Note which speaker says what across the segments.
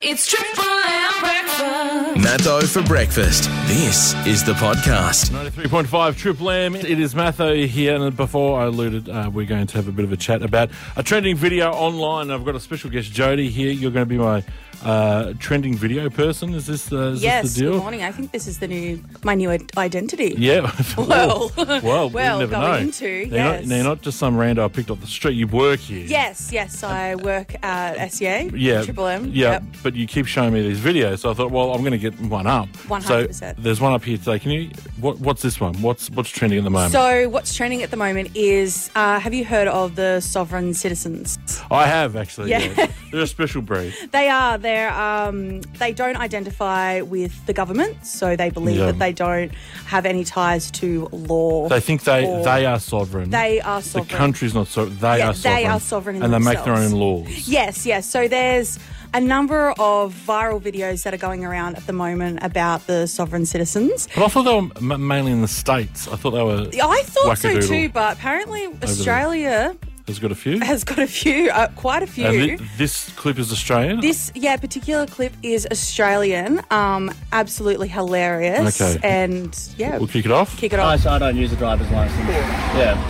Speaker 1: It's triple M breakfast.
Speaker 2: Matto for breakfast. This is the podcast.
Speaker 3: 93.5 Triple M. It is Matho here, and before I alluded, uh, we're going to have a bit of a chat about a trending video online. I've got a special guest, Jody, here. You're going to be my uh, trending video person. Is this the, is
Speaker 4: Yes.
Speaker 3: this the deal?
Speaker 4: Good morning. I think this is the new my new id- identity.
Speaker 3: Yeah.
Speaker 4: Well.
Speaker 3: well,
Speaker 4: Well,
Speaker 3: you never
Speaker 4: going
Speaker 3: know.
Speaker 4: into,
Speaker 3: Now you're not-
Speaker 4: yes.
Speaker 3: now you're not just some rando I picked off the street. You work here.
Speaker 4: Yes. Yes. I work at SEA.
Speaker 3: Yeah.
Speaker 4: Triple M.
Speaker 3: Yeah. But you keep showing me these videos, so I thought, well, I'm going to get one up. So
Speaker 4: 100%.
Speaker 3: there's one up here today. Can you? What, what's this one? What's what's trending at the moment?
Speaker 4: So what's trending at the moment is uh, have you heard of the sovereign citizens?
Speaker 3: I have actually.
Speaker 4: Yeah.
Speaker 3: yes. They're a special breed.
Speaker 4: They are. They're. Um, they don't identify with the government, so they believe
Speaker 3: Yeah.
Speaker 4: that they don't have any ties to law.
Speaker 3: They think they
Speaker 4: or-
Speaker 3: they are sovereign.
Speaker 4: They are
Speaker 3: The
Speaker 4: sovereign.
Speaker 3: country's not sovereign. They
Speaker 4: Yeah,
Speaker 3: are sovereign.
Speaker 4: they are sovereign in
Speaker 3: and they make their own
Speaker 4: themselves.
Speaker 3: laws.
Speaker 4: Yes, yes. So there's a number of viral videos that are going around at the moment about the sovereign citizens.
Speaker 3: But I thought they were m- mainly in the states. I thought they were.
Speaker 4: I thought so
Speaker 3: wackadoodle.
Speaker 4: too, but apparently Australia
Speaker 3: There's got a few.
Speaker 4: has got a few, uh, quite a few.
Speaker 3: And thi- this clip is Australian.
Speaker 4: this, yeah, particular clip is Australian. Um, absolutely hilarious.
Speaker 3: Okay.
Speaker 4: And yeah,
Speaker 3: we'll kick it off.
Speaker 4: kick it
Speaker 5: I,
Speaker 4: off.
Speaker 5: I don't use a driver's license. Yeah.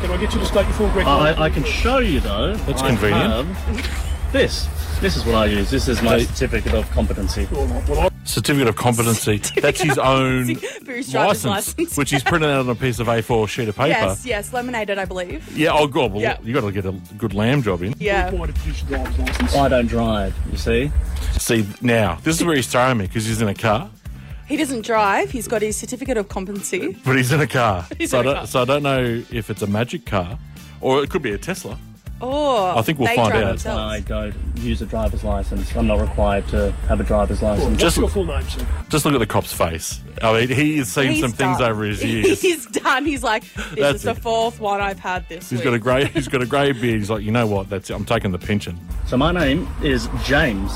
Speaker 6: Can I get you to state your full record?
Speaker 5: I, I can show you though.
Speaker 3: That's
Speaker 5: I
Speaker 3: convenient.
Speaker 5: have This. This is what I use. This is my
Speaker 3: They-
Speaker 5: certificate of competency.
Speaker 6: Or not? Well, I
Speaker 3: Certificate of competency. That's his own
Speaker 4: Bruce driver's
Speaker 3: license,
Speaker 4: license.
Speaker 3: which he's printed out on a piece of A4 sheet of paper.
Speaker 4: yes, yes, laminated, I believe.
Speaker 3: Yeah. Oh god. Well,
Speaker 4: Yeah.
Speaker 3: you got to get a good lamb job in.
Speaker 4: Yeah.
Speaker 6: required to produce your driver's license.
Speaker 5: I don't drive. You see.
Speaker 3: See now, this is where he's throwing me because he's in a car.
Speaker 4: He doesn't drive. He's got his certificate of competency.
Speaker 3: But he's in a car.
Speaker 4: He's
Speaker 3: so,
Speaker 4: in
Speaker 3: I
Speaker 4: a
Speaker 3: don't,
Speaker 4: car.
Speaker 3: so I don't know if it's a magic car or it could be a Tesla.
Speaker 4: Oh,
Speaker 3: I think we'll
Speaker 4: they
Speaker 3: find
Speaker 4: drive
Speaker 3: out.
Speaker 4: themselves.
Speaker 5: I don't use a driver's license. I'm not required to have a driver's license.
Speaker 6: What's
Speaker 3: Just-
Speaker 6: your full name, sir?
Speaker 3: Just look at the cop's face. I mean, he has seen
Speaker 4: He's
Speaker 3: some things
Speaker 4: done.
Speaker 3: over his years.
Speaker 4: He's done. He's like, this
Speaker 3: That's
Speaker 4: is the
Speaker 3: it.
Speaker 4: fourth one I've had this
Speaker 3: He's
Speaker 4: week.
Speaker 3: got a grey. He's got a grey beard. He's like, you know what? That's it. I'm taking the pension.
Speaker 5: So my name is James.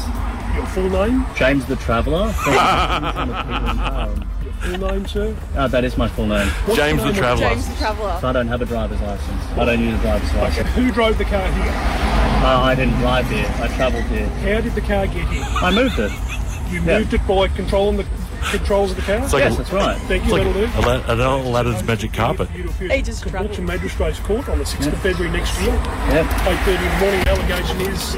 Speaker 6: Your full name?
Speaker 5: James the Traveller.
Speaker 6: Your full name, sir?
Speaker 5: Uh, that is my full name.
Speaker 6: What's
Speaker 3: James
Speaker 6: your
Speaker 3: the
Speaker 6: name on-
Speaker 3: Traveller.
Speaker 4: James the Traveller.
Speaker 5: So I don't have a driver's license. I don't use a driver's license.
Speaker 6: Who drove the car here?
Speaker 5: Uh, I didn't drive here. I travelled here.
Speaker 6: How did the car get here?
Speaker 5: I moved it.
Speaker 6: You
Speaker 5: Yeah.
Speaker 6: moved it by controlling the controls of the car?
Speaker 3: like
Speaker 5: Yes, that's right.
Speaker 6: Thank you,
Speaker 3: It's like
Speaker 6: that'll do.
Speaker 3: Ala- an Aladdin's magic carpet.
Speaker 6: You appear
Speaker 4: He just
Speaker 6: to
Speaker 4: travelled.
Speaker 6: in Magistrates Court on the 6th of February next year.
Speaker 5: Yeah.
Speaker 6: 8.30 in the morning, allegation is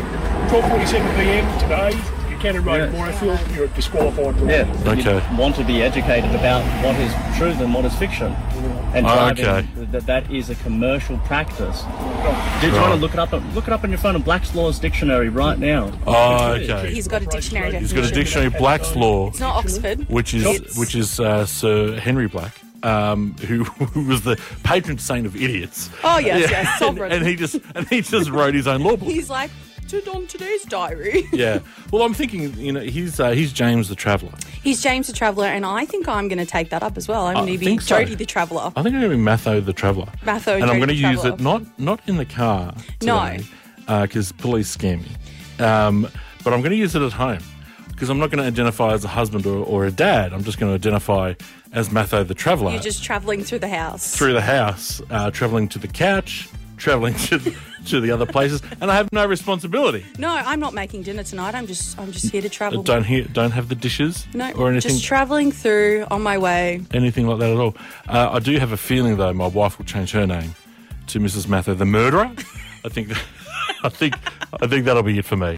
Speaker 6: 12.47pm today, Buchanan Road,
Speaker 5: Yeah.
Speaker 6: Morrowfield, you're a disqualified driver.
Speaker 5: Yeah.
Speaker 3: Okay.
Speaker 5: You want to be educated about what is truth and what is fiction. And
Speaker 3: Oh,
Speaker 5: driving,
Speaker 3: okay.
Speaker 5: that that is a commercial practice. Did you want
Speaker 3: Right.
Speaker 5: to look it up? Look it up on your phone in Black's Law's dictionary right now.
Speaker 3: Oh, okay.
Speaker 4: He's got a dictionary
Speaker 3: He's got a
Speaker 4: definition.
Speaker 3: dictionary, Black's Law,
Speaker 4: It's not Oxford.
Speaker 3: which is
Speaker 4: It's-
Speaker 3: which is uh, Sir Henry Black, um, who, who was the patron saint of idiots.
Speaker 4: Oh, yes, yes,
Speaker 3: And,
Speaker 4: sovereign.
Speaker 3: and he just and he just wrote his own law book.
Speaker 4: He's like, to Don today's diary.
Speaker 3: Yeah. Well, I'm thinking, you know, he's uh, he's James the Traveller.
Speaker 4: He's James the Traveller, and I think I'm going to take that up as well. I'm
Speaker 3: I
Speaker 4: going to be
Speaker 3: think so. Uh,
Speaker 4: Jody the Traveller.
Speaker 3: I think I'm going to be Matho the Traveller.
Speaker 4: Matho,
Speaker 3: and I'm going
Speaker 4: Jody
Speaker 3: to
Speaker 4: the
Speaker 3: use
Speaker 4: Traveller.
Speaker 3: it not not in the car.
Speaker 4: No.
Speaker 3: because police scare me. Um, but I'm going to use it at home because I'm not going to identify as a husband or, or a dad. I'm just going to identify as Matho the Traveller
Speaker 4: You're just travelling through the house.
Speaker 3: through the house, uh, travelling to the couch, travelling to the, to the other places, and I have no responsibility.
Speaker 4: No, I'm not making dinner tonight. I'm just, I'm just here to
Speaker 3: I
Speaker 4: travel.
Speaker 3: Uh, don't hear, don't have the dishes
Speaker 4: Oh. no,
Speaker 3: or anything.
Speaker 4: just travelling through on my way.
Speaker 3: anything like that at all. Uh, I do have a feeling though, my wife will change her name to Mrs. Mather, the murderer. I think, I think, I think that'll be it for me.